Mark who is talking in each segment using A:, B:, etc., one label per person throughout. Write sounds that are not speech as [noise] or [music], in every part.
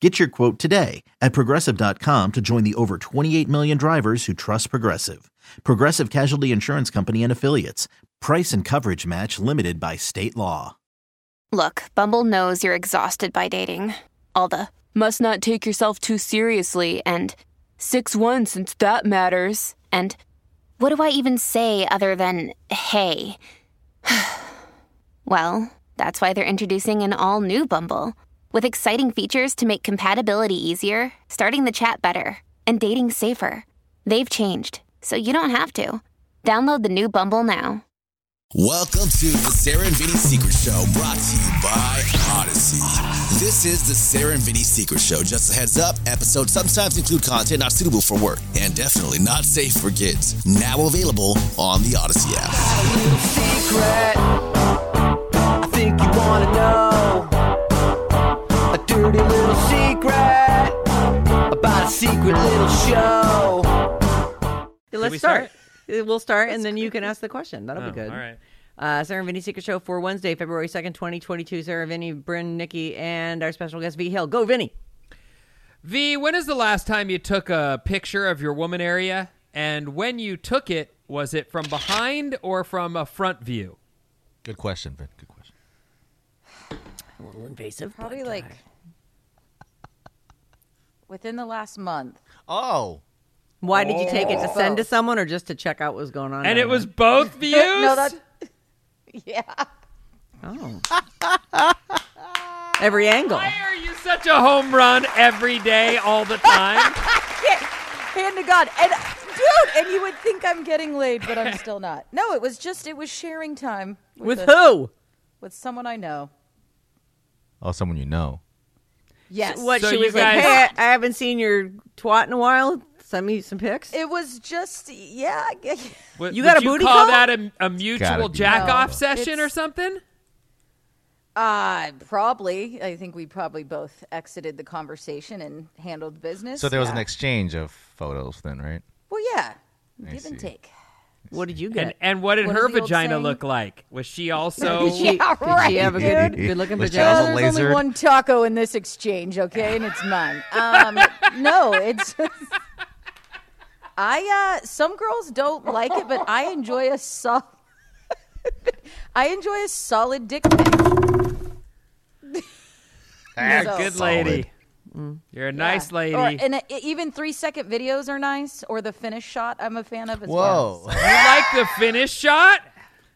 A: Get your quote today at progressive.com to join the over 28 million drivers who trust Progressive. Progressive Casualty Insurance Company and Affiliates. Price and coverage match limited by state law.
B: Look, Bumble knows you're exhausted by dating. All the must not take yourself too seriously and 6 1 since that matters. And what do I even say other than hey? [sighs] well, that's why they're introducing an all new Bumble with exciting features to make compatibility easier, starting the chat better, and dating safer. They've changed, so you don't have to. Download the new Bumble now.
C: Welcome to the Sarah and Vinny Secret Show, brought to you by Odyssey. This is the Sarah and Vinny Secret Show. Just a heads up, episodes sometimes include content not suitable for work and definitely not safe for kids. Now available on the Odyssey app.
D: secret. I think you wanna know a dirty little secret about a secret little show.
E: Yeah, Let's
F: we
E: start.
F: start?
E: Uh, We'll start, and then you can ask the question. That'll be
F: Oh,
E: good.
F: All right.
E: Uh, Sarah and Vinny Secret Show for Wednesday, February 2nd, 2022. Sarah, Vinny, Bryn, Nikki, and our special guest, V Hill. Go, Vinny.
F: V, when is the last time you took a picture of your woman area? And when you took it, was it from behind or from a front view?
C: Good question, Vin. Good question.
E: A little invasive.
G: Probably like within the last month.
C: Oh,
E: Why did you take it? To send to someone or just to check out what was going on?
F: Oh. And
E: down
F: it
E: [laughs]
F: was both views?
G: No, that. [laughs] Yeah.
E: there? Oh. Every angle.
F: Why are you such a home run every day, all the
G: [laughs]
F: time?
G: Hand to God. And dude, and you would think I'm getting laid, but I'm still not. No, it was just it was sharing time
E: With
G: a-
E: who?
G: With someone I know.
H: Oh, someone you know.
G: Yes.
E: What
F: So
E: she
F: you
E: was
F: guys-
E: like, hey, I I haven't seen your twat in a while. Send me some pics.
G: It was just yeah.
F: W-
E: You got
F: would
E: a booty
F: you call
E: call?
F: that a, a
H: Gotta
F: mutual
H: be.
F: jack off
H: No,
F: session or
G: it's-
F: something?
G: Uh, probably. I think we probably both exited the conversation and handled business.
H: So there was an
G: Yeah.
H: exchange of photos then, right?
G: Well, yeah.
H: I
G: Give and
H: see.
G: take.
E: what did you
F: And,
E: get?
F: and what did
G: What
F: her
G: is the old
F: vagina
G: saying?
F: look like? Was
G: [laughs]
F: she also.
G: Yeah, right,
E: Did she have a good,
H: dude.
E: good looking
H: Was she
E: vagina?
H: also
G: Uh, there's
H: lasered?
G: only one taco in this exchange, okay, and it's mine. Um, no, it's just I. Uh, some girls don't like it, but I enjoy a solid. [laughs] I enjoy a solid dick pic.
F: You're
G: So-
F: a good lady. You're a nice lady.
G: Mm. Or, and uh, even three second videos are nice, or the finish shot. I'm a fan of. As well.
H: Whoa.
F: [laughs] you like the finish shot?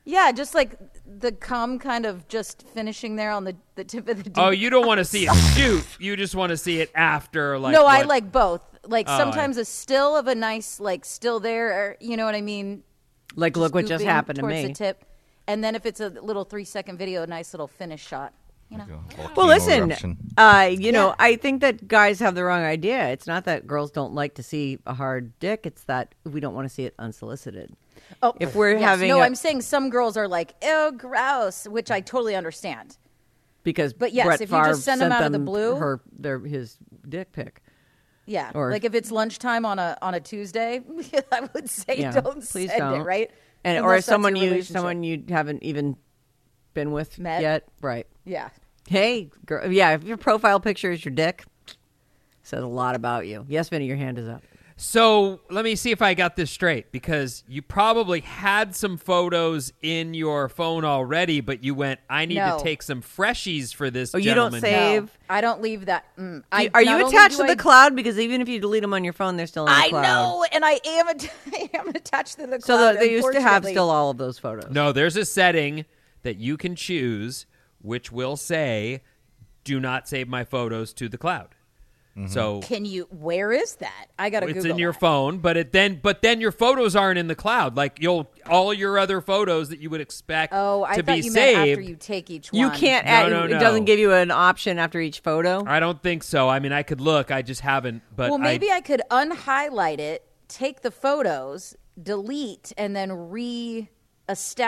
G: Yeah, just like the cum kind of just finishing there on the, the tip of the.
F: Oh,
G: dick.
F: you don't want to see it shoot. You just want to see it after, like
G: [laughs] no, I
F: what-
G: like both. Like
F: Oh, I-
G: sometimes a still of a nice, like still there. Or, you know what I mean?
E: Like, look what just
G: scooping
E: happened to
G: towards the
E: me.
G: tip. And then if it's a little three second video, a nice little finish shot. You know,
E: Well, listen,
H: eruption.
E: uh, you know, I think that guys have the wrong idea. It's not that girls don't like to see a hard dick; it's that we don't want to see it unsolicited. Oh, if we're
G: Yes.
E: having
G: no,
E: a-
G: i I'm saying some girls are like, oh, gross, which I totally understand.
E: because
G: but yes,
E: Brett
G: if you just
E: Favre
G: send 'em
E: sent
G: out of the blue-
E: her their his dick pic.
G: Yeah,
E: Or-
G: like if it's lunchtime on a on a Tuesday, [laughs] I would say
E: Yeah,
G: don't
E: please
G: send
E: don't.
G: it, right?
E: And or
G: Unless
E: if
G: that's
E: someone
G: your
E: you
G: relationship.
E: someone you haven't even been with
G: Met?
E: yet, right?
G: yeah,
E: Hey, girl, yeah, if your profile picture is your dick, says a lot about you. Yes, Vinny, your hand is up.
F: So let me see if I got this straight because you probably had some photos in your phone already, but you went, I need
G: No.
F: to take some freshies for this.
E: Oh, you don't
F: gentleman."
E: say- Dave.
G: No, I don't leave that. Mm, I,
E: Are
G: not
E: you
G: only
E: attached
G: do
E: to the
G: I-
E: cloud? Because even if you delete them on your phone, they're still in the
G: I
E: cloud.
G: know, and I am, att- [laughs] I am attached to the cloud.
E: So the, they used to have
G: unfortunately.
E: still all of those photos.
F: No, there's a setting that you can choose which will say, do not save my photos to the cloud. So
G: Can you? Where is that? I gotta.
F: it's
G: Google
F: in your
G: that.
F: phone, but it then but then your photos aren't in the cloud. Like you'll all your other photos that you would expect
G: Oh, I
F: to
G: thought
F: be
G: you
F: saved.
G: meant after you take each one.
E: You can't
F: No,
E: add.
F: no,
E: it
F: no.
E: doesn't give you an option after each photo.
F: I don't think so. I mean, I could look. I just haven't. But
G: Well, maybe
F: I,
G: I, could unhighlight it, take the photos, delete, and then re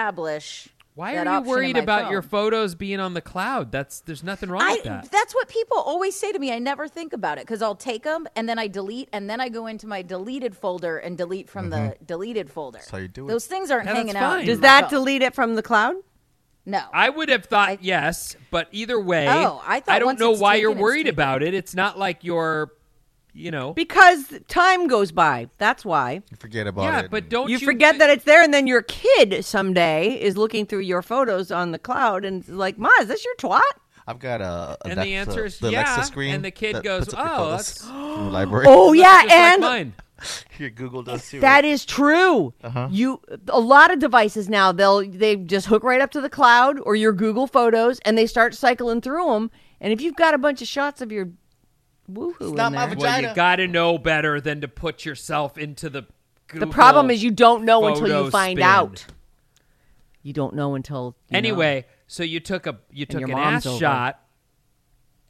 G: establish.
F: Why
G: that
F: are
G: option
F: you
G: in
F: worried
G: my
F: about your
G: phone.
F: photos being on the cloud? That's there's nothing wrong with
G: I,
F: that.
G: that's what people always say to me. I never think about it because I'll take them and then I delete and then I go into my deleted folder and delete from the deleted folder. That's
D: how you do it.
G: Those things aren't
F: Mm-hmm. Yeah, that's
G: hanging out.
F: fine.
G: in
E: Does
G: my
E: that
G: phone.
E: delete it from the cloud?
G: No.
F: I would have thought yes, but either way,
G: Oh, I thought
F: don't
G: once
F: know
G: it's
F: why you're
G: taken, it's
F: worried
G: taken.
F: about it. It's not like you're, you know.
E: Because time goes by. That's why.
D: You forget about it.
F: Yeah, but
D: and-
F: don't you,
E: you forget that it's there, and then your kid someday is looking through your photos on the cloud and is like, "Ma, is this your twat?"
D: I've got a. a
F: And the
D: Alexa-
F: answer is
D: the
F: yeah,
D: Alexa screen
F: and the kid
D: that
F: goes,
D: puts up your
F: "Oh,
D: photos
G: [gasps]
F: that's-
D: from the
E: [laughs]
D: library.
E: Oh yeah,
F: Just like
E: and
F: mine.
D: Your Google does too.
E: That is true. You a lot of devices now they'll they just hook right up to the cloud or your Google Photos and they start cycling through them. And if you've got a bunch of shots of your woohoo, in
D: not my
E: there-
D: vagina.
F: Well, you got to know better than to put yourself into the.
E: the problem
F: Google
E: is you don't know until you
F: photo
E: find
F: spin.
E: out. You don't know until you know.
F: Anyway, so you took a you took
E: your
F: an
E: mom's
F: ass
E: over.
F: shot,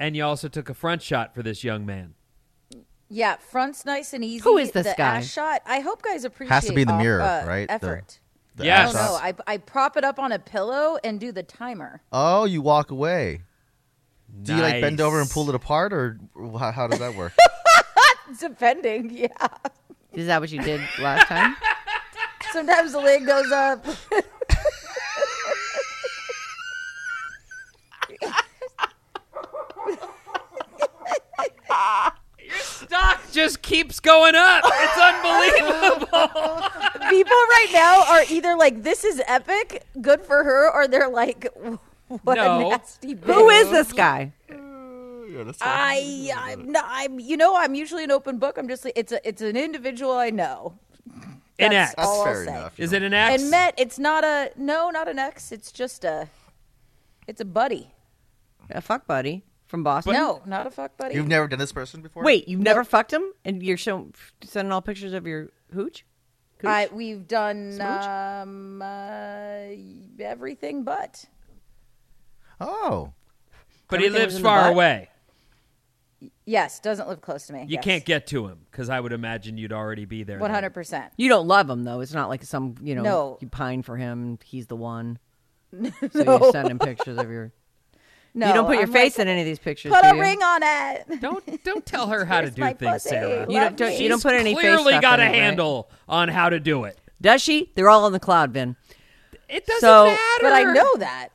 F: and you also took a front shot for this young man.
G: Yeah, front's nice and easy.
E: Who is this
G: the
E: guy?
G: ass shot. I hope guys appreciate.
D: Has to be the
G: off-
D: mirror,
G: uh,
D: right? The-
G: Effort.
D: The
F: Yes.
D: ass
G: Oh no,
D: shots.
G: I, I prop it up on a pillow and do the timer.
D: Oh, you walk away. Do you like bend over and
F: Nice.
D: pull it apart, or how, how does that work?
G: Depending, yeah.
E: is that what you did last [laughs] time?
G: Sometimes the lid goes up.
F: Stock just keeps going up.
E: [laughs]
F: It's unbelievable.
G: People right now are either like, "This is epic, good for her," or they're like, "What
F: No.
G: a nasty." Bitch.
E: Who is this guy?
G: I, I'm not. I'm. You know, I'm usually an open book. I'm just. like, It's a. It's an individual I know.
F: an
G: That's
F: axe.
G: all I'll
D: fair
G: say.
D: enough. you
F: Is
D: know.
F: it an axe?
G: And met. It's not a. No, not an ex. It's just a. It's a buddy.
E: A fuck buddy from Boston.
G: no, not a fuck buddy.
D: You've never done this person before?
E: Wait, you've never fucked him, and you're showing sending all pictures of your hooch.
G: I, we've done um, uh, everything but.
D: Oh,
F: but he
E: everything was
F: lives
E: in the
F: far
E: butt?
F: away.
G: Yes, doesn't live close to me.
F: You can't get to him because I would imagine you'd already be there.
G: one
F: then.
G: hundred percent.
E: You don't love him though. It's not like some you know
G: No.
E: you pine for him. He's the
G: [laughs]
E: one. So you send him pictures of your.
G: No,
E: you don't put your
G: I'm
E: face
G: like,
E: in any of these pictures.
G: Put
E: do
G: a
E: you?
G: ring on it.
F: Don't don't
E: [laughs]
F: tell her how to
G: Here's
F: do
G: my
F: things,
G: pussy.
F: Sarah.
E: You don't,
G: Love
E: don't- you
G: me.
E: don't put any face
F: Clearly
E: stuff
F: got
E: in
F: a
E: it, right?
F: handle on how to do it.
E: Does she? They're all on the cloud, Vin.
F: It doesn't
E: So-
F: matter.
G: But I know that.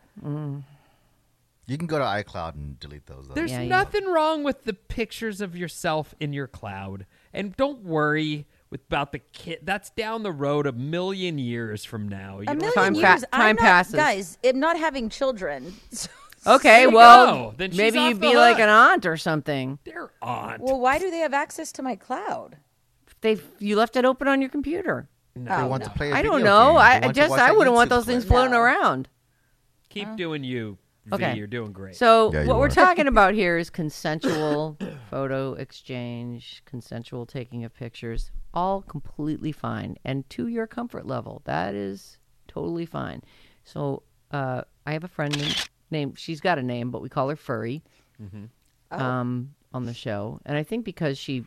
D: you can go to iCloud and delete those. Though.
F: There's
E: Yeah, you-
F: nothing wrong with the pictures of yourself in your cloud. And don't worry with, about the kid. That's down the road a million years from now. You
G: A
F: don't-
G: million
E: Time
G: years.
E: pa-
G: I'm
E: time
G: not,
E: passes.
G: Guys, I'm not having children. [laughs] So-
E: Okay,
F: you
E: well
F: go. Then she's
E: maybe
F: off
E: you'd
F: the
E: be like
F: hook.
E: an aunt or something.
F: They're aunt.
G: well, why do they have access to my cloud?
E: They you left it open on your computer.
D: they want to play. I
E: I don't know. I, I just I wouldn't want those things floating
G: No.
E: around.
F: Keep doing you. V.
E: uh, Okay.
F: You're doing great.
E: So
D: Yeah, you
E: what we're
D: are. [laughs]
E: talking about here is consensual [coughs] photo exchange, consensual taking of pictures, all completely fine and to your comfort level. That is totally fine. So uh, I have a friend named, named she's got a name, but we call her Furry.
F: Mm-hmm.
E: Um, on the show, and I think because she,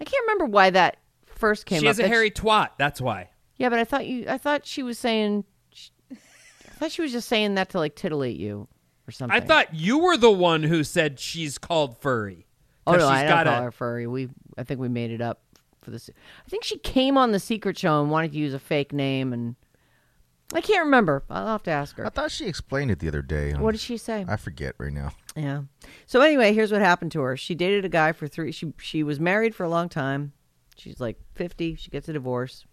E: I can't remember why that first came
F: she
E: up.
F: is a
E: That's-
F: hairy twat. That's why.
E: yeah, but I thought you. I thought she was saying. She, I thought she was just saying that to like titillate you or something.
F: I thought you were the one who said she's called furry.
E: Oh
F: 'Cause
E: no,
F: she's
E: I
F: got
E: don't call
F: a-
E: her furry. We, I think we made it up for this. I think she came on the Secret Show and wanted to use a fake name, and I can't remember. I'll have to ask
D: I
E: her.
D: thought she explained it the other day.
E: What did she say?
D: I forget right now.
E: Yeah. So anyway, here's what happened to her. She dated a guy for three. She she was married for a long time. She's like fifty. She gets a divorce,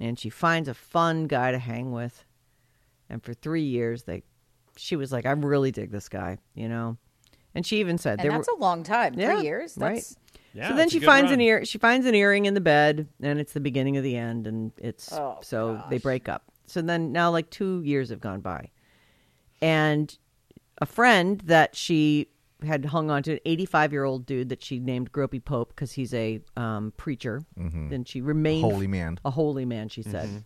E: and she finds a fun guy to hang with. And for three years, they, she was like, I really dig this guy, you know. And she even said,
G: And
E: there
G: that's
E: were,
G: a long time.
E: Yeah,
G: Three years.
E: right.
G: That's
F: Yeah,
E: so then
F: it's a
E: she
F: good
E: finds an
F: run.
E: ear. She finds an earring in the bed, and it's the beginning of the end, and it's
G: Oh,
E: so they break up. So then now, like two years have gone by, and a friend that she had hung on to, an 85 year old dude that she named Gropey Pope because he's a um, preacher,
F: Mm-hmm.
E: and she remained
D: Holy man.
E: a holy man. She said
D: Mm-hmm.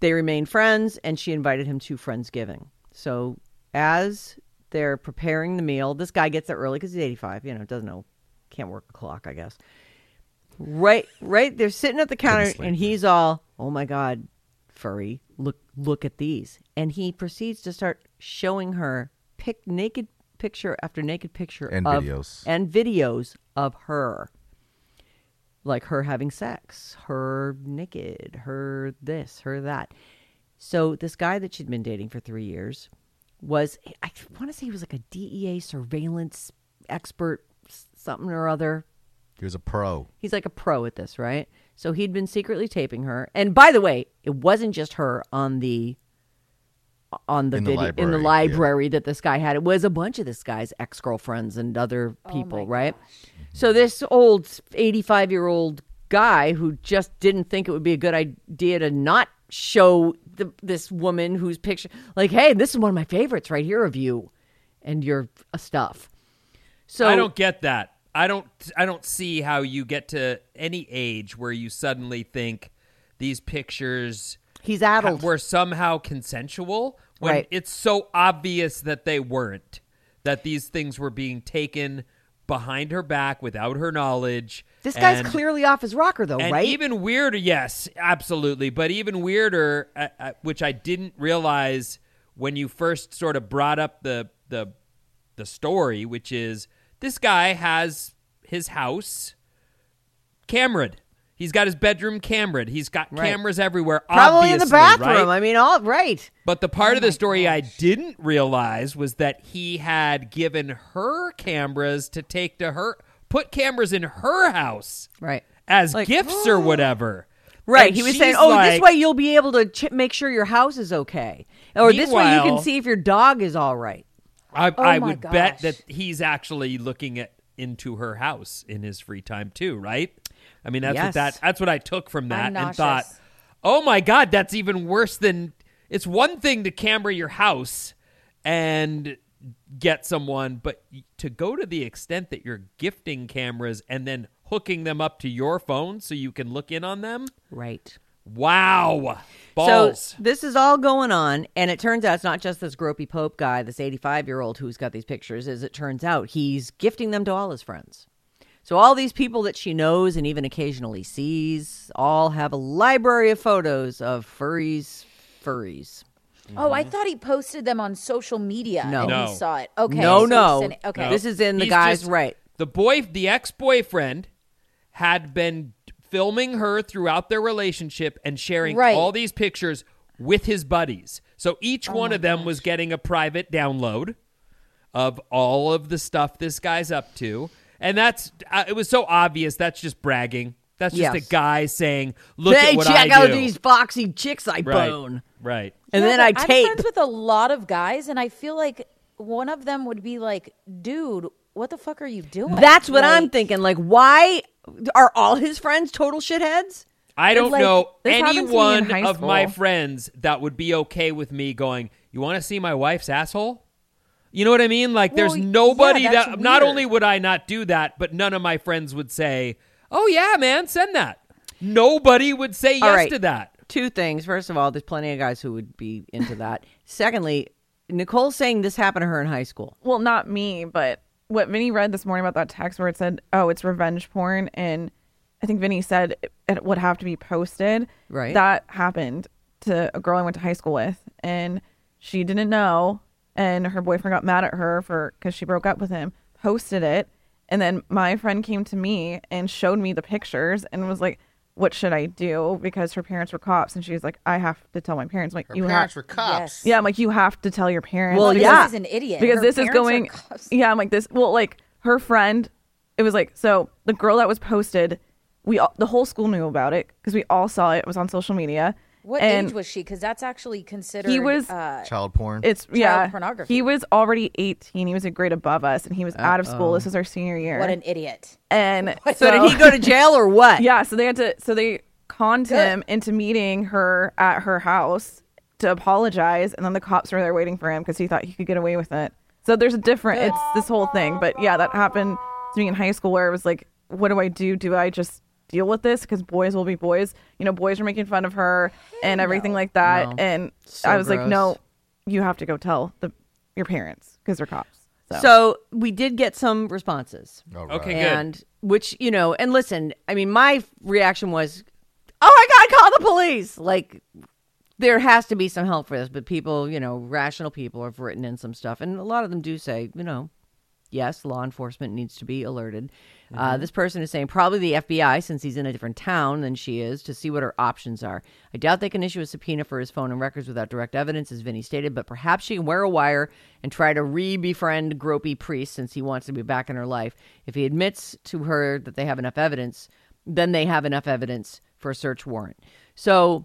E: they remained friends, and she invited him to friendsgiving. So as they're preparing the meal, this guy gets there early because he's 85. You know, doesn't know, can't work a clock, I guess. Right, right. They're sitting at the counter, and he's all, "Oh my god, furry! Look, look at these. And he proceeds to start showing her pic- naked picture after naked picture
D: And
E: of,
D: videos.
E: and videos of her. Like her having sex, her naked, her this, her that. So this guy that she'd been dating for three years was, I want to say he was like a DEA surveillance expert, s- something or other,
D: He was a pro.
E: He's like a pro at this, right? So he'd been secretly taping her. And by the way, it wasn't just her on the on the
D: In the
E: video in
D: library,
E: the
D: yeah.
E: library that this guy had. It was a bunch of this guy's ex girlfriends and other people, right? So this old eighty five year old guy who just didn't think it would be a good idea to not show the, this woman whose picture, like, hey, this is one of my favorites right here of you and your stuff. So
F: I don't get that. I don't. I don't see how you get to any age where you suddenly think these pictures
E: he's
F: ha-
E: addled.
F: were somehow consensual when
E: Right.
F: it's so obvious that they weren't. That these things were being taken behind her back without her knowledge.
E: This guy's
F: and-
E: clearly off his rocker, though,
F: And
E: right?
F: even weirder, yes, absolutely. But even weirder, uh, uh, which I didn't realize when you first sort of brought up the the the story, which is this guy has his house cameraed. He's got his bedroom cameraed. He's got
E: Right.
F: cameras everywhere.
E: Probably in the
F: obviously,
E: bathroom.
F: right?
E: I mean, all right.
F: But the
E: Oh
F: part of the story I didn't realize was that he had given her cameras to take to her, put cameras in her house
E: Right.
F: as
E: Like,
F: gifts
E: [gasps]
F: or whatever.
E: Right.
F: And
E: he was
F: she's
E: saying, oh,
F: like-
E: this way you'll be able to ch- make sure your house is okay. Or this way you can
F: Meanwhile-
E: see if your dog is all right.
F: I, I
I: Oh my
F: would
I: gosh.
F: bet that he's actually looking at into her house in his free time too, right? I mean, that's
E: Yes.
F: what that that's what I took from that
I: I'm
F: and thought,
I: nauseous.
F: oh my god, that's even worse than. It's one thing to camera your house and get someone, but to go to the extent that you're gifting cameras and then hooking them up to your phone so you can look in on them.
E: Right.
F: Wow, balls.
E: So this is all going on, and it turns out it's not just this gropey Pope guy, this 85 year old who's got these pictures. As it turns out, he's gifting them to all his friends. So all these people that she knows and even occasionally sees all have a library of photos of furries, furries.
G: Oh, I thought he posted them on social media
E: Mm-hmm. No.
G: and
F: No.
G: he saw it. Okay.
E: no,
G: so he
E: no.
G: sent it- Okay.
E: This is in the
F: He's
E: guy's
F: just-
E: right.
F: The boy, the ex-boyfriend, had been filming her throughout their relationship and sharing
G: Right.
F: all these pictures with his buddies. So
E: Oh
F: each one of them was getting a private download of all of the stuff this guy's up to, and that's uh, it was so obvious. That's just bragging. That's just
E: Yes.
F: a guy saying, "Look
E: hey,
F: at what
E: check
F: I
E: out
F: do."
E: these foxy chicks I
F: right,
E: bone.
F: right.
E: And
G: Yeah,
E: then
G: but
E: I
G: I'm
E: tape.
G: friends with a lot of guys, and I feel like one of them would be like, "Dude, what the fuck are you doing?"
E: That's what I'm
G: Like,
E: thinking. Like, why are all his friends total shitheds?
F: I don't
I: like,
F: know
I: this happened to me
F: any
I: in
F: one
I: high
F: of my
I: school.
F: friends that would be okay with me going, You want to see my wife's asshole? You know what I mean? Like, there's
G: Well,
F: nobody
G: yeah,
F: that,
G: that's
F: not
G: weird.
F: only would I not do that, but none of my friends would say, Oh, yeah, man, send that. Nobody would say yes
E: All right.
F: to that.
E: Two things. First of all, there's plenty of guys who would be into that. Secondly, Nicole's saying this happened to her in high school.
J: well, not me, but what Vinny read this morning about that text where it said, "Oh, it's revenge porn," and I think Vinny said it, it would have to be posted.
E: Right.
J: That happened to a girl I went to high school with, and she didn't know, and her boyfriend got mad at her for because she broke up with him, posted it, and then my friend came to me and showed me the pictures and was like. What should I do? Because her parents were cops, and she was like, "I have to tell my parents." I'm like,
D: Her
J: you
D: parents
J: have,
D: were
E: Oh,
D: cops.
J: yeah, I'm like, you have to tell your parents.
E: Well,
G: This
E: yeah.
G: is an idiot
J: because
G: Her
J: this is
G: parents are
J: going
G: cops.
J: yeah i'm like this well like her friend it was like so the girl that was posted we all, the whole school knew about it because we all saw it it was on social media
G: What
J: and
G: age was she? Because that's actually considered.
J: he was
G: Uh,
D: Child porn.
J: it's yeah
G: pornography.
J: he was already 18 he was a grade above us and he was out of school this was our senior year
G: what an idiot! [laughs]
J: and
E: So did he go to jail or what?
J: yeah so they had to so they conned him into meeting her at her house to apologize and then the cops were there waiting for him because he thought he could get away with it so there's a different it's this whole thing but yeah that happened to me in high school where it was like what do i do do i just deal with this because boys will be boys you know boys were making fun of her and everything like that
E: No.
J: and
E: So
J: i was like
E: gross.
J: no you have to go tell the your parents because they're cops so,
E: So we did get some responses.
D: All right.
F: Okay, good.
E: and which you know and listen i mean my reaction was oh my god call the police like there has to be some help for this, but people, you know, rational people have written in some stuff, and a lot of them do say, you know, yes, law enforcement needs to be alerted. Uh, this person is saying probably the FBI, since he's in a different town than she is, to see what her options are. I doubt they can issue a subpoena for his phone and records without direct evidence, as Vinny stated, but perhaps she can wear a wire and try to re befriend Gropey Priest since he wants to be back in her life. If he admits to her that they have enough evidence, then they have enough evidence for a search warrant. So.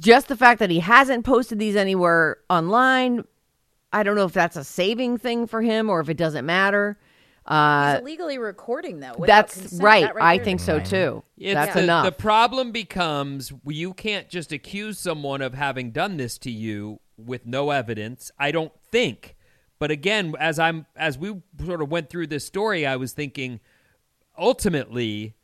E: just the fact that he hasn't posted these anywhere online, I don't know if that's a saving thing for him or if it doesn't matter. Uh,
G: He's illegally recording though. without
E: that's
G: consent.
E: right.
G: That
E: I
G: there
E: think
G: is
E: so
G: crime.
E: too.
F: It's
E: that's
F: the,
E: enough.
F: The problem becomes you can't just accuse someone of having done this to you with no evidence. I don't think. But again, as I'm as we sort of went through this story, I was thinking ultimately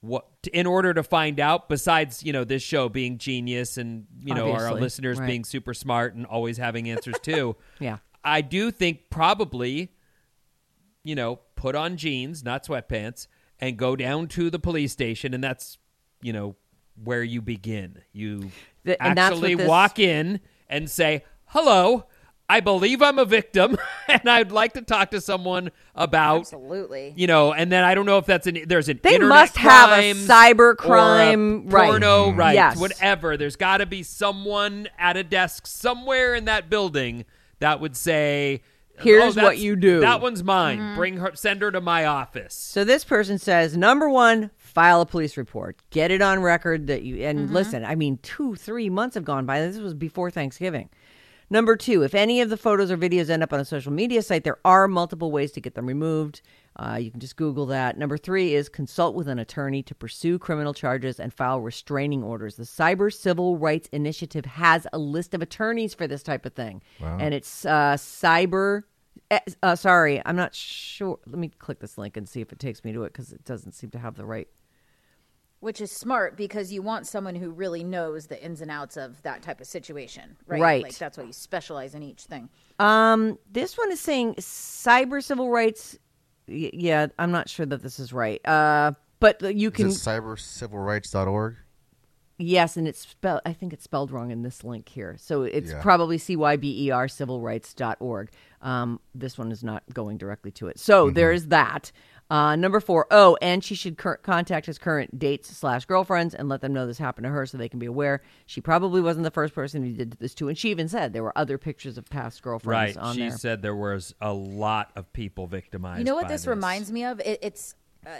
F: what in order to find out besides, you know, this show being genius and, you know, our
E: Obviously,
F: listeners
E: right.
F: being super smart and always
E: [laughs]
F: having answers too.
E: yeah.
F: I do think probably, you know, put on jeans, not sweatpants, and go down to the police station, and that's, you know, where you begin. You
E: Th- and that's what
F: actually
E: this-
F: walk in and say, "Hello, I believe I'm a victim, [laughs] and I'd like to talk to someone about."
G: Absolutely.
F: You know, and then I don't know if that's an there's an
E: They
F: internet
E: must have a
F: crimes
E: cyber
F: or a
E: crime, right.
F: porno
E: Mhm.
F: right
E: Yes.
F: whatever. There's got to be someone at a desk somewhere in that building that would say,
E: Here's
F: "Oh,
E: what
F: that's-
E: you do."
F: That one's mine. Bring her, send her to my office."
E: So this person says number one, file a police report, get it on record that you. And listen, I mean, two, three months have gone by. This was before Thanksgiving. Number two, if any of the photos or videos end up on a social media site, there are multiple ways to get them removed. Uh, you can just Google that. Number three is consult with an attorney to pursue criminal charges and file restraining orders. The Cyber Civil Rights Initiative has a list of attorneys for this type of thing, and it's uh, cyber Eh, uh, sorry, I'm not sure. Let me click this link and see if it takes me to it because it doesn't seem to have the right.
G: Which is smart because you want someone who really knows the ins and outs of that type of situation, right?
E: Right.
G: Like that's why you specialize in each thing.
E: Um, this one is saying cyber civil rights. Y- yeah, I'm not sure that this is right. Uh, but you can
D: Is it cybercivilrights.org?
E: yes, and it's spelled. I think it's spelled wrong in this link here, so it's
D: Yeah.
E: probably E cybercivilrights.org. Um, this one is not going directly to it. So
D: Mm-hmm.
E: there's that. Uh, number four, oh, and she should cur- contact his current dates slash girlfriends and let them know this happened to her so they can be aware. She probably wasn't the first person he did this to, and she even said there were other pictures of past girlfriends
F: Right.
E: on
F: She
E: there.
F: said there was a lot of people victimized.
G: You know what
F: by
G: this, reminds me of? It, it's uh,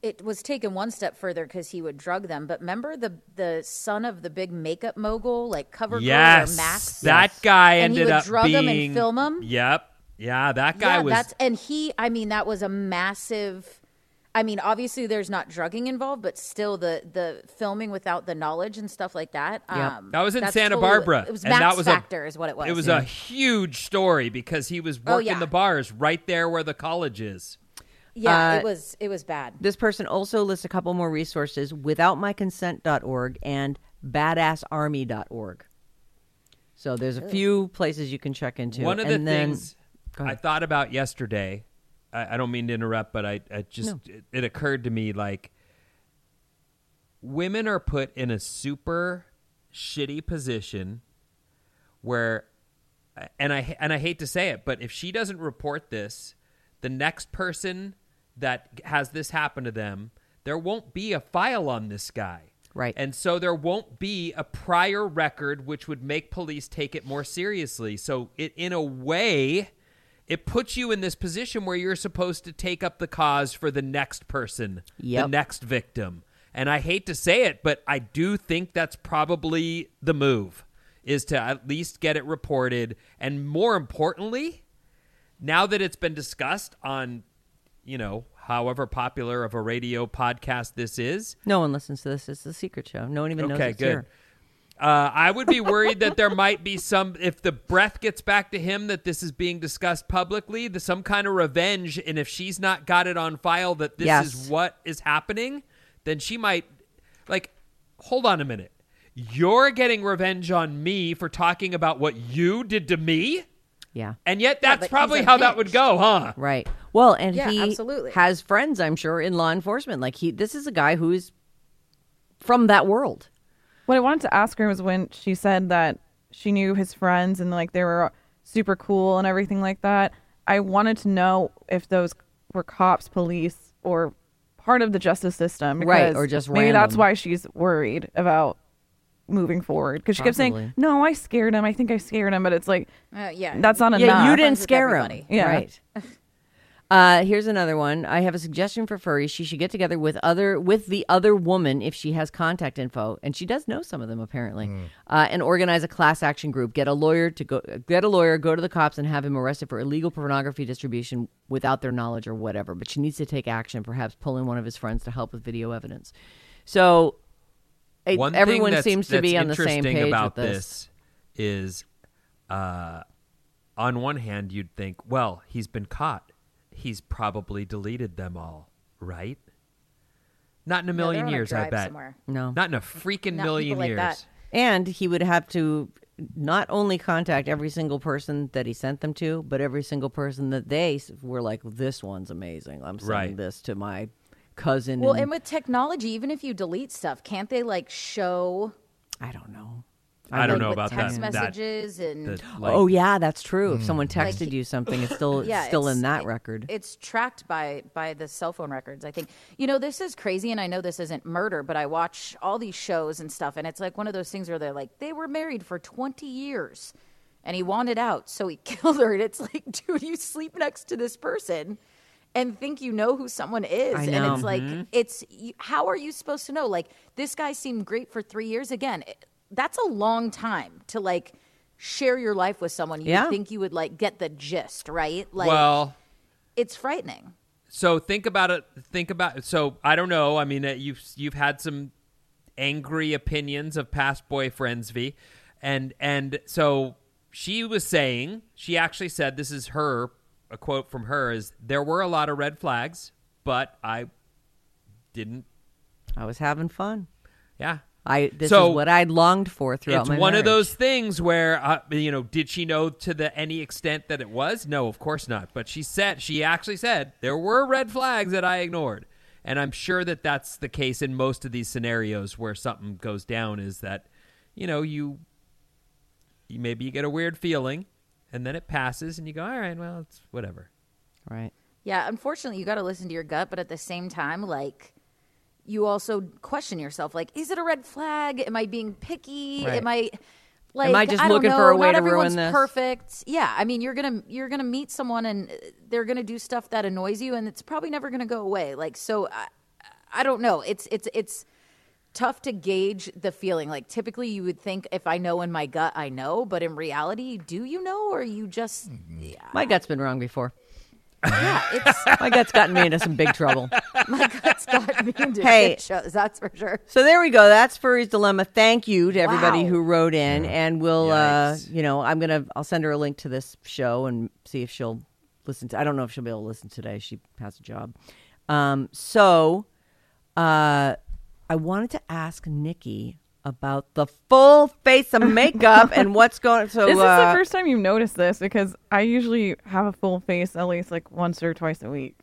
G: it was taken one step further because he would drug them. But remember the the son of the big makeup mogul, like CoverGirl
F: Yes,
G: or Max.
F: that guy
G: And he
F: ended
G: would
F: up
G: drug 'em and
F: being-
G: film 'em?
F: Yep. Yeah, that guy
G: yeah,
F: was.
G: that's and he. I mean, that was a massive. I mean, obviously, there's not drugging involved, but still, the the filming without the knowledge and stuff like that.
E: Yep.
G: Um,
F: That was in
G: that's
F: Santa
G: totally-
F: Barbara,
G: It was
F: and
G: Max
F: that was a-
G: Factor, is what it was.
F: It was a huge story because he was working
G: Oh, yeah.
F: the bars right there where the college is.
E: uh,
G: yeah, it was it was bad.
E: This person also lists a couple more resources withoutmyconsent.org and badassarmy.org. So there's a few places you can check into.
F: One of
E: and
F: the
E: then-
F: things
E: Go
F: I
E: ahead.
F: thought about yesterday, I, I don't mean to interrupt, but I, I just it, it occurred to me like women are put in a super shitty position where, and I and I hate to say it, but if she doesn't report this, the next person that has this happen to them, there won't be a file on this guy.
E: Right.
F: And so there won't be a prior record which would make police take it more seriously. So it in a way it puts you in this position where you're supposed to take up the cause for the next person, the
E: Yep.
F: next victim. And I hate to say it, but I do think that's probably the move is to at least get it reported and more importantly, now that it's been discussed on you know, however popular of a radio podcast this is,
E: no one listens to this. It's the secret show. No one even knows
F: okay,
E: it's
F: good.
E: here.
F: Uh, I would be worried that there might be some, if the breath gets back to him, that this is being discussed publicly, the, some kind of revenge. And if she's not got it on file that this
E: Yes.
F: is what is happening, then she might, like, hold on a minute. You're getting revenge on me for talking about what you did to me?
E: Yeah.
F: And yet that's probably how that would go, huh?
E: Right. Well, and
F: Yeah,
E: he
F: absolutely.
E: has friends, I'm sure, in law enforcement. Like he, this is a guy who's from that world.
J: What I wanted to ask her was when she said that she knew his friends and like they were super cool and everything like that. I wanted to know if those were cops, police, or part of the justice system.
E: Right,
J: because
E: or just
J: maybe that's
E: random.
J: why she's worried about moving forward because she kept saying,
E: Possibly.
J: "No, I scared him. I think I scared him," but it's like,
G: Uh, yeah,
J: that's not
E: yeah,
J: enough.
E: You didn't scare him.
J: Yeah,
E: Right. [laughs] Uh, here's another one. I have a suggestion for furries. She should get together with other with the other woman if she has contact info, and she does know some of them apparently.
F: Hmm.
E: Uh, and organize a class action group. Get a lawyer to go. Get a lawyer. Go to the cops and have him arrested for illegal pornography distribution without their knowledge or whatever. But she needs to take action. Perhaps pull in one of his friends to help with video evidence. So it-
F: One thing
E: everyone
F: that's-
E: seems to
F: that's
E: be on the same
F: interesting
E: page
F: about
E: with
F: this. Is uh, on one hand you'd think, well, he's been caught. He's probably deleted them all, right? Not in a
E: No, they're
F: million
E: on a
F: years, I
E: drive
F: bet.
E: somewhere. No.
F: not in a freaking million years.
E: And he would have to not only contact every single person that he sent them to, but every single person that they s- were like, "This one's amazing. I'm sending
F: Right.
E: this to my cousin."
F: Mm.
G: Well,
E: in-
G: and with technology, even if you delete stuff, can't they like show?
E: I don't know.
F: I don't know
G: with
F: about
G: text
F: that- that-
G: messages and
F: the,
E: oh
F: like- Mm.
E: yeah, that's true. If someone
G: Like,
E: texted you something, it's still
G: [laughs] Yeah,
E: it's still in
G: it's-
E: that record.
G: It's tracked by by the cell phone records. I think you know this is crazy, and I know this isn't murder, but I watch all these shows and stuff, and it's like one of those things where they're like they were married for twenty years, and he wanted out, so he [laughs] killed her, and it's like, dude, you sleep next to this person. And think you know who someone is,
E: I
G: and
E: know.
G: it's like
E: Mhm.
G: it's you- how are you supposed to know? Like this guy seemed great for three years. Again, it- that's a long time to like share your life with someone. You
F: Yeah.
G: think you would like get the gist, right? Like,
F: well,
G: it's frightening.
F: So think about it. Think about so. I don't know. I mean, uh, you've you've had some angry opinions of past boyfriends, V, and and so she was saying she actually said this is her a quote from her is there were a lot of red flags, but I didn't.
E: I was having fun.
F: Yeah.
E: I this
F: So,
E: is what I'd longed for throughout
F: it's
E: my
F: one
E: marriage.
F: of those things where uh, you know did she know to the any extent that it was no of course not but she said she actually said there were red flags that i ignored and i'm sure that that's the case in most of these scenarios where something goes down is that you know you, you maybe you get a weird feeling and then it passes and you go all right well it's whatever
E: right
G: Yeah, unfortunately, you got to listen to your gut, but at the same time, like, you also question yourself. Like, is it a red flag? Am I being picky?
E: Right.
G: Am I like?
E: Am I just
G: don't
E: looking
G: know.
E: for a way
G: Not
E: to
G: everyone's
E: ruin this?
G: Perfect. Yeah, I mean, you're gonna you're gonna meet someone, and uh, they're gonna do stuff that annoys you, and it's probably never gonna go away. Like, so I, I don't know. It's it's it's tough to gauge the feeling. Like, typically, you would think if I know in my gut, I know, but in reality, do you know, or you just
E: Mm-hmm. My gut's been wrong before. my gut's gotten me into some big trouble.
G: [laughs] My gut's got me into
E: Hey.
G: shit shows, that's for sure.
E: So there we go. That's Furry's Dilemma. Thank you to everybody
G: Wow.
E: who wrote in, and we'll, uh, you know, I'm gonna, I'll send her a link to this show and see if she'll listen. To, I don't know if she'll be able to listen today. She has a job. Um, so, uh, I wanted to ask Nikki about the full face of makeup
J: [laughs]
E: and what's going. So
J: this is
E: uh,
J: the first time you've noticed this because I usually have a full face at least like once or twice a week.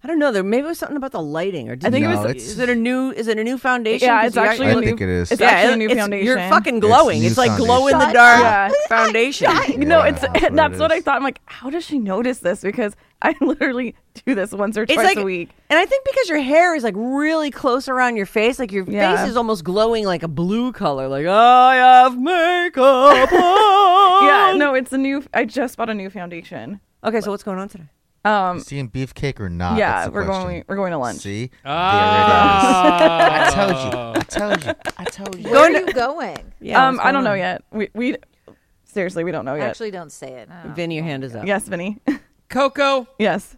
E: I don't know. There maybe it was something about the lighting, or did
J: I think it
E: you-
J: was- No, it's-
E: Is it a new? Is it a new foundation?
J: Yeah,
E: 'Cause
J: it's
E: you
J: actually
D: I a think new- it is.
J: it's actually a new
E: You're
J: foundation.
E: fucking
J: It's
E: glowing.
J: new
E: It's, like glow in the
J: foundation.
E: dark [laughs]
J: Yeah.
E: foundation.
J: [laughs] no, it's [laughs] that's,
E: what
J: what,
E: it
J: I thought. I'm like, how does she notice this? Because I [laughs] literally do this once or
E: It's
J: twice
E: like
J: a week.
E: and I think because your hair is like really close around your face, like your
J: Yeah.
E: face is almost glowing like a blue color. Like I have [laughs] makeup. on."
J: yeah, no, it's a new. I just bought a new foundation.
E: Okay, so what's going on today?
J: Um,
D: Seeing beefcake or not?
J: Yeah,
D: Ah, that's the
J: we're going-
D: question.
J: we're going to lunch.
D: See,
J: [laughs]
D: there
J: Ah.
D: it is. I told you. I told you. I told you.
G: Where are you going?
J: um, I don't know yet. We we seriously we don't know yet. [laughs]
G: Actually, don't say it. I don't know.
E: Vinny, your hand is up.
J: Yes, Vinny.
F: Coco.
J: Yes.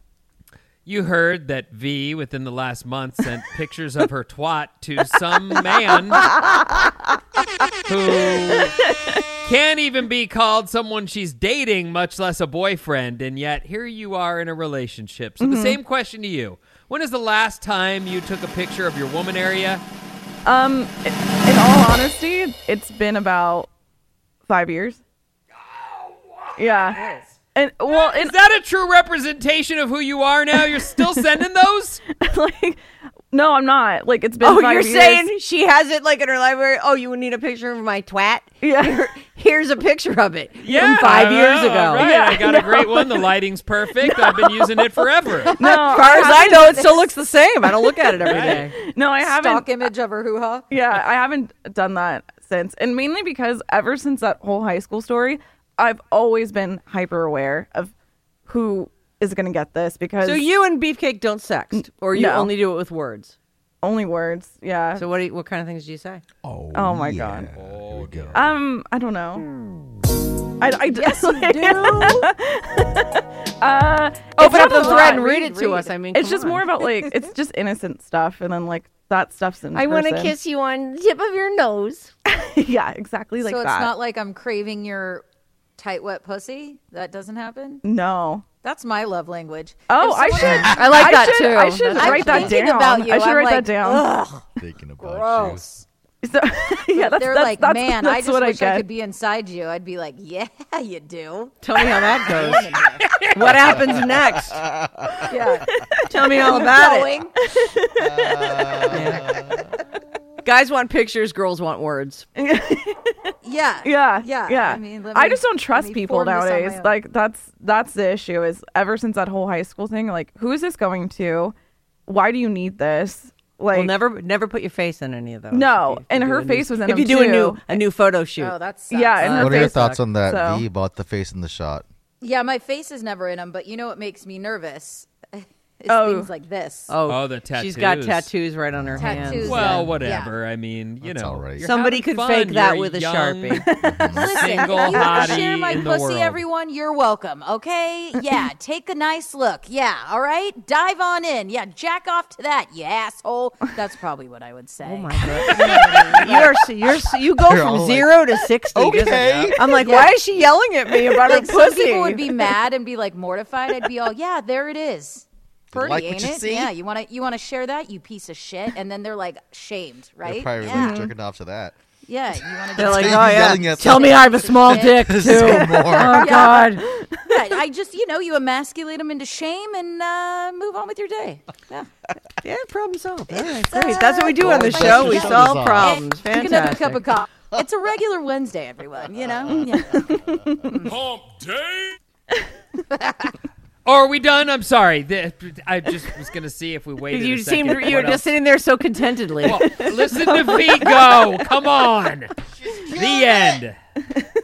F: You heard that V within the last month sent pictures of her twat to some man who can't even be called someone she's dating, much less a boyfriend, and yet here you are in a relationship. So
E: Mm-hmm.
F: the
J: Mhm.
F: same question to you. When is the last time you took a picture of your woman area?
J: Um, i- in all honesty, it's been about five years. Yeah. And well,
F: is that a true representation of who you are now? You're still sending those?
J: [laughs] like, no, I'm not. Like, it's been.
E: [laughs] Oh,
J: five
E: you're
J: years.
E: saying she has it like in her library. Oh, you need a picture of my twat?
J: Yeah.
E: here's a picture of it.
F: Yeah,
E: [laughs] From five
F: I
E: years
F: know,
E: ago.
F: Right, I got a
E: [laughs]
F: great one. The lighting's perfect. I've been using it forever.
E: as far as I know, it still looks the same. I don't look at it
J: [laughs]
E: every day.
J: No, I haven't.
G: Stock image of her hoo ha.
J: Yeah, I haven't done that since, and mainly because ever since that whole high school story, I've always been hyper aware of who is going to get this because.
E: So you and Beefcake don't sext, or you
J: No. Uh,
E: only do it with words.
J: Only words, yeah.
E: So what? Do you, what kind of things do you say?
J: Oh, my god.
E: Oh, we go.
J: Um, I don't know.
E: Hmm.
J: I, I yes, [laughs] do. uh,
E: Open
J: it's
E: up
J: not
E: the
J: a
E: thread
J: lot.
E: and read it to Read, us. I mean,
J: it's
E: come
J: just
E: on.
J: more about like
E: [laughs]
J: it's just innocent stuff, and then like that stuff's in.
E: I
J: want
E: wanna kiss you on the tip of your nose.
J: [laughs] yeah, exactly like
G: so it's
J: that.
G: not like I'm craving your tight wet pussy. That doesn't happen.
J: no.
G: That's my love language.
J: Oh,
G: If
J: I
G: someone-
J: should. should- I should write that
G: thinking
J: down.
G: about you.
J: I should
G: I'm
J: write
G: like,
J: that down. [laughs]
G: Ugh.
D: Thinking about
G: Gross.
J: yeah, that's,
G: They're
J: that's,
G: like,
J: [laughs] that's,
G: man,
J: that's
G: I just
J: what
G: wish
J: I
G: I,
J: get.
G: could be inside you. I'd be like, yeah, [laughs] you do.
E: Tell me how
J: [laughs]
E: that goes. what happens next?
G: Yeah.
E: Tell me all
J: [laughs]
G: Keep
E: about
G: going.
E: it. Yeah. Guys want pictures, girls want words.
G: Yeah.
J: [laughs] Yeah.
G: Yeah.
J: Yeah.
G: I mean, let
J: I
G: me-
J: just don't
G: let
J: trust
G: me
J: people
G: form this on my
J: nowadays.
G: own.
J: Like that's that's the issue is ever since that whole high school thing, like who is this going to? Why do you need this? Like
E: well, never, never put your face in any of those.
J: No, and
E: you do
J: her
E: a new-
J: face was in
E: If you
J: them,
E: do a
J: too.
E: new, a new photo shoot.
G: Oh, that sucks.
J: Yeah, and her
D: What are your
J: face
D: thoughts on that
J: so-
D: V about the face in the shot?
G: Yeah, my face is never in them, but you know what makes me nervous? It's
E: Oh.
G: things like this.
E: Oh,
F: Oh, the
E: She's got
F: tattoos.
E: tattoos right on her hands.
G: Tattoos,
F: Well,
E: and-
F: whatever. I mean, you know, you're
E: Somebody
F: having
E: could
F: fun.
E: fake that
F: You're
E: with a
F: young,
E: sharpie.
F: Single
G: you wanna share
F: hottie
G: my
F: in the
G: pussy,
F: world.
G: everyone. You're welcome. Okay. Yeah. Take a nice look. Yeah. All right. Dive on in. Yeah. Jack off to that. You asshole. That's probably what I would say. Oh my
E: you're, s- you're, s- you go
G: They're all
E: from
G: like,
E: zero to sixty. doesn't
G: okay.
E: it? I'm like,
G: Yeah.
E: why is she yelling at me [laughs] about
G: like
E: her
G: some
E: pussy?
G: people would be mad and be like mortified. I'd be all, yeah, there it is. Pretty,
E: like what
G: ain't
E: you
G: it?
E: see?
G: Yeah. You want to you want to share that? You piece of shit. And then they're like shamed, right?
D: They're probably
G: yeah.
D: like jerking off to that.
G: Yeah, you want to.
E: They're like,
D: Just
E: oh
D: yelling
E: yeah.
D: at
E: Tell
D: [laughs] them.
E: me I have a small dick
D: Shit.
E: too.
D: Some more.
E: Oh
G: Yeah.
E: God.
G: yeah, I just, you know, you emasculate them into shame and uh, move on with your day. Yeah.
E: [laughs] Yeah, problem solved. All right, great. That's what we do on the
G: Problem
E: show. We
G: solved.
E: solve problems.
G: Eh, drink another
E: Fantastic.
G: cup of coffee. It's a regular Wednesday, everyone. You know. Yeah.
F: [laughs] Or are we done? I'm sorry. The- I just was going to see if we waited.
E: You
F: a
E: seemed
F: second.
E: you were
F: What
E: just
F: else?
E: sitting there so [laughs] contentedly.
F: Well, listen to me go. Come on. the end.